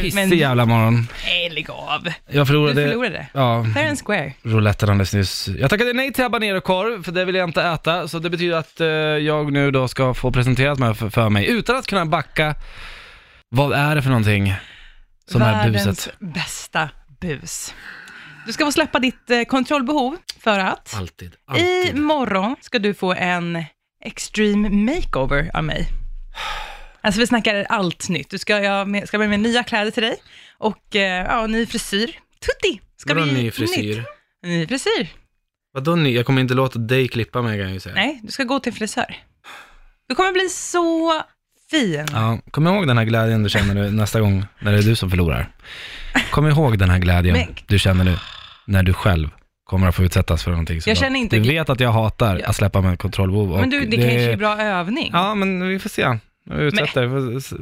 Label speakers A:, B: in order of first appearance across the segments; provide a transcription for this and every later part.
A: pissig jävla morgon.
B: Nej, lägg av.
A: Jag
B: Du
A: förlorade...
B: förlorade.
A: Ja,
B: Fair and square.
A: rouletten alldeles nyss. Jag tackade nej till habanerokorv, för det vill jag inte äta. Så det betyder att eh, jag nu då ska få presenterat mig för, för mig, utan att kunna backa. Vad är det för någonting som är
B: Världens
A: buset?
B: bästa bus. Du ska få släppa ditt eh, kontrollbehov för att
A: Alltid,
B: i morgon ska du få en extreme makeover av mig. Alltså vi snackar allt nytt. Du ska, jag med, ska börja med nya kläder till dig och eh, ja, ny frisyr. Tutti! Ska
A: Vadå
B: bli
A: ny frisyr?
B: Nytt. Ny frisyr.
A: Vadå ny? Jag kommer inte låta dig klippa mig kan jag ju säga.
B: Nej, du ska gå till frisör. Du kommer bli så fin.
A: Ja, kom ihåg den här glädjen du känner nu nästa gång när det är du som förlorar. Kom ihåg den här glädjen
B: Men-
A: du känner nu när du själv kommer att få utsättas för någonting. så
B: Jag
A: bra.
B: känner inte-
A: Du vet att jag hatar att släppa med kontrollbehov. och
B: Men du, det, kanske är bra övning.
A: Ja, men vi får se. Jag Utsätta, ja, ska,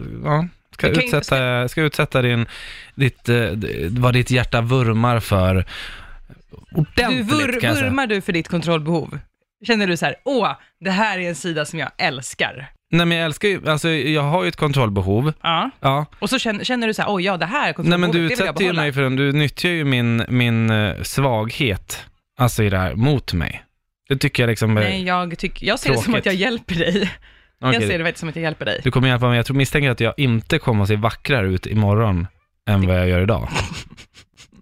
B: Vi kan ju-
A: utsätta, ska utsätta din, ditt, eh, d- vad ditt hjärta vurmar för
B: Du
A: ordentligt
B: vur,
A: kan jag säga.
B: vurmar du för ditt kontrollbehov? Känner du så här, åh, det här är en sida som jag älskar.
A: Nej men jag älskar ju, alltså jag har ju ett kontrollbehov.
B: Ja.
A: Ja,
B: Och så känner, känner du så här, åh ja, det här
A: Nej men
B: kontrollbehovet,
A: du
B: Alltså, det vill jag
A: utsätter ju
B: behålla.
A: mig för den, du nyttjar ju min, min eh, svaghet, alltså i det här, mot mig. Det tycker jag liksom, eh,
B: Nej, jag, tycker, jag ser det som
A: Tråkigt.
B: att jag hjälper dig.
A: okej.
B: Jag ser det faktiskt som att jag hjälper dig.
A: du kommer hjälpa mig. Jag tror misstänker att jag inte kommer att se vackrare ut imorgon än vad jag gör idag.